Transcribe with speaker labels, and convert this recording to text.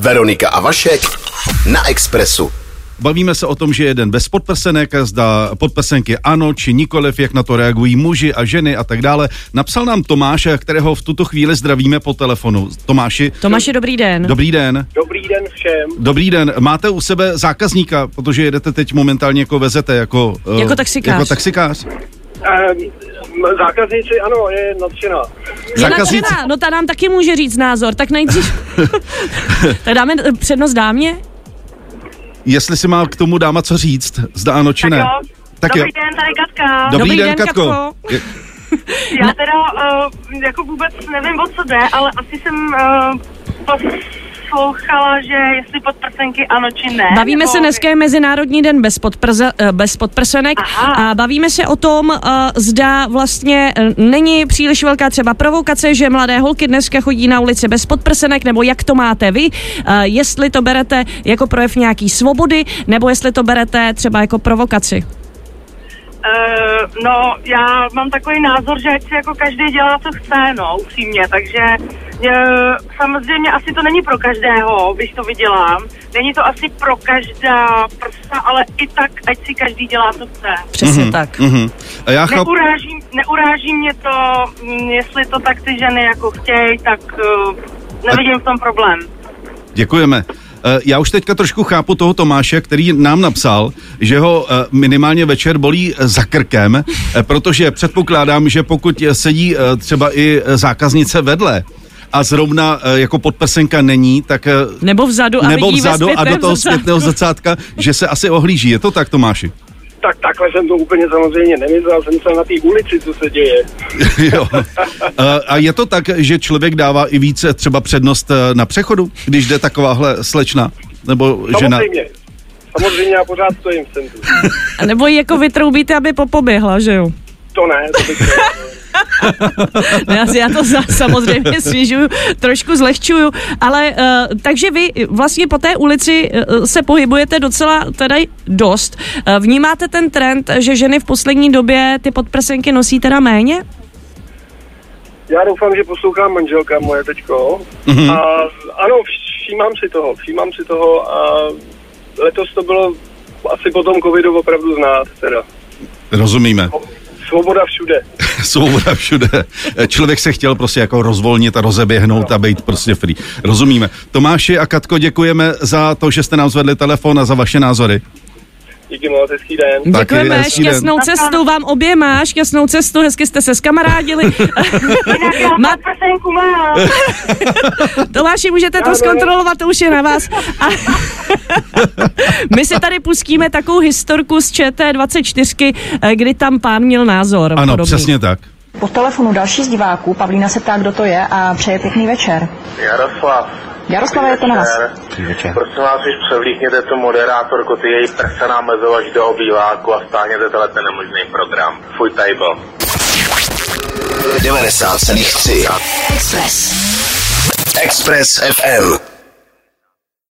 Speaker 1: Veronika a Vašek na Expressu.
Speaker 2: Bavíme se o tom, že jeden bez podprsenek, zda podprsenky ano či nikoliv, jak na to reagují muži a ženy a tak dále. Napsal nám Tomáš, kterého v tuto chvíli zdravíme po telefonu. Tomáši,
Speaker 3: Tomáši, dobrý den.
Speaker 2: dobrý den.
Speaker 4: Dobrý den všem.
Speaker 2: Dobrý den, máte u sebe zákazníka, protože jedete teď momentálně jako vezete, jako, eh,
Speaker 3: Jako taxikář.
Speaker 2: Jako taxikář.
Speaker 4: Um, zákazníci, ano, je nadšená.
Speaker 3: Je
Speaker 2: Zákazníci-
Speaker 3: nadšená, no ta nám taky může říct názor, tak nejdřív... tak dáme eh, přednost dámě?
Speaker 2: Jestli si má k tomu dáma co říct, zda ano či
Speaker 5: Tak
Speaker 2: ne.
Speaker 5: jo.
Speaker 2: Tak
Speaker 5: Dobrý
Speaker 2: jo.
Speaker 5: den, tady Katka.
Speaker 2: Dobrý,
Speaker 3: Dobrý
Speaker 2: den,
Speaker 3: den,
Speaker 2: Katko.
Speaker 3: Katko.
Speaker 2: Je- no.
Speaker 5: Já teda uh, jako vůbec nevím, o co jde, ale asi jsem uh, poslouchala, že jestli podprsenky ano či ne.
Speaker 3: Bavíme
Speaker 5: nebo-
Speaker 3: se dneska je Mezinárodní den bez, podprze, eh, bez podprsenek
Speaker 5: Aha.
Speaker 3: a bavíme se o tom, eh, zda vlastně eh, není příliš velká třeba provokace, že mladé holky dneska chodí na ulici bez podprsenek, nebo jak to máte vy, eh, jestli to berete jako projev nějaký svobody, nebo jestli to berete třeba jako provokaci.
Speaker 5: Eh, no, já mám takový názor, že ať si jako každý dělá, co chce, no, upřímně, takže eh, samozřejmě asi to není pro každého, když to vydělám. Není to asi pro každá prsa, ale i tak, ať si každý dělá, co chce.
Speaker 3: Přesně tak.
Speaker 2: Mhm. A já chápu.
Speaker 5: Neuráží, neuráží mě to, mm, jestli to tak ty ženy jako chtějí, tak eh, nevidím v tom problém.
Speaker 2: Děkujeme. Eh, Já už teďka trošku chápu toho Tomáše, který nám napsal, že ho eh, minimálně večer bolí eh, za krkem, eh, protože předpokládám, že pokud eh, sedí eh, třeba i eh, zákaznice vedle a zrovna eh, jako podprsenka není, tak eh,
Speaker 3: Nebo vzadu No, a
Speaker 2: nebo
Speaker 3: vidí
Speaker 2: vzadu
Speaker 3: ve
Speaker 2: a do
Speaker 3: zpětném
Speaker 2: toho
Speaker 3: zrcadlu.
Speaker 2: zpětného zrcátka, že se asi ohlíží. Je to tak, Tomáši?
Speaker 4: Tak takhle jsem to úplně samozřejmě nemyslel, jsem se na té ulici, co se děje.
Speaker 2: jo. Eh, A je to tak, že člověk dává i více třeba přednost eh, na přechodu, když jde takováhle slečna nebo žena?
Speaker 4: Samozřejmě. Samozřejmě já pořád stojím v centru.
Speaker 3: A nebo ji jako vytroubíte, aby popoběhla, že jo?
Speaker 4: To ne, to bych
Speaker 3: Ne, No já, já to za, samozřejmě snižuju, trošku zlehčuju, ale uh, takže vy vlastně po té ulici uh, se pohybujete docela teda dost. Uh, vnímáte ten trend, že ženy v poslední době ty podprsenky nosí teda méně?
Speaker 4: Já doufám, že poslouchá manželka moje teďko. Mm-hmm. A ano, všímám si toho, všímám si toho a letos to bylo asi po tom covidu opravdu znát teda.
Speaker 2: Rozumíme.
Speaker 4: Svoboda všude.
Speaker 2: svoboda všude. Člověk se chtěl prostě jako rozvolnit a rozeběhnout a být prostě free. Rozumíme. Tomáši a Katko, děkujeme za to, že jste nám zvedli telefon a za vaše názory.
Speaker 4: Díky moc, hezký den.
Speaker 2: Taky
Speaker 3: Děkujeme,
Speaker 2: hezký den.
Speaker 3: šťastnou cestu vám oběma, šťastnou cestu, hezky jste se skamarádili.
Speaker 5: Jinak já
Speaker 3: Ma-
Speaker 5: Ma... prsenku mám.
Speaker 3: Tomáši, můžete to zkontrolovat, to už je na vás. A my si tady pustíme takovou historku z ČT24, eh, kdy tam pán měl názor.
Speaker 2: Ano,
Speaker 3: podobný.
Speaker 2: přesně tak.
Speaker 6: Po telefonu další z diváků, Pavlína se ptá, kdo to je a přeje pěkný večer.
Speaker 7: Jaroslav.
Speaker 6: Jaroslave, je to na vás.
Speaker 7: Dobrý večer. Prosím vás, už převlíkněte tu moderátorku, ty její prsa námezou až do obýváku a stáhněte tenhle ten nemožný program. Fuj, tady byl.
Speaker 1: 90,3
Speaker 8: Express.
Speaker 1: Express FM.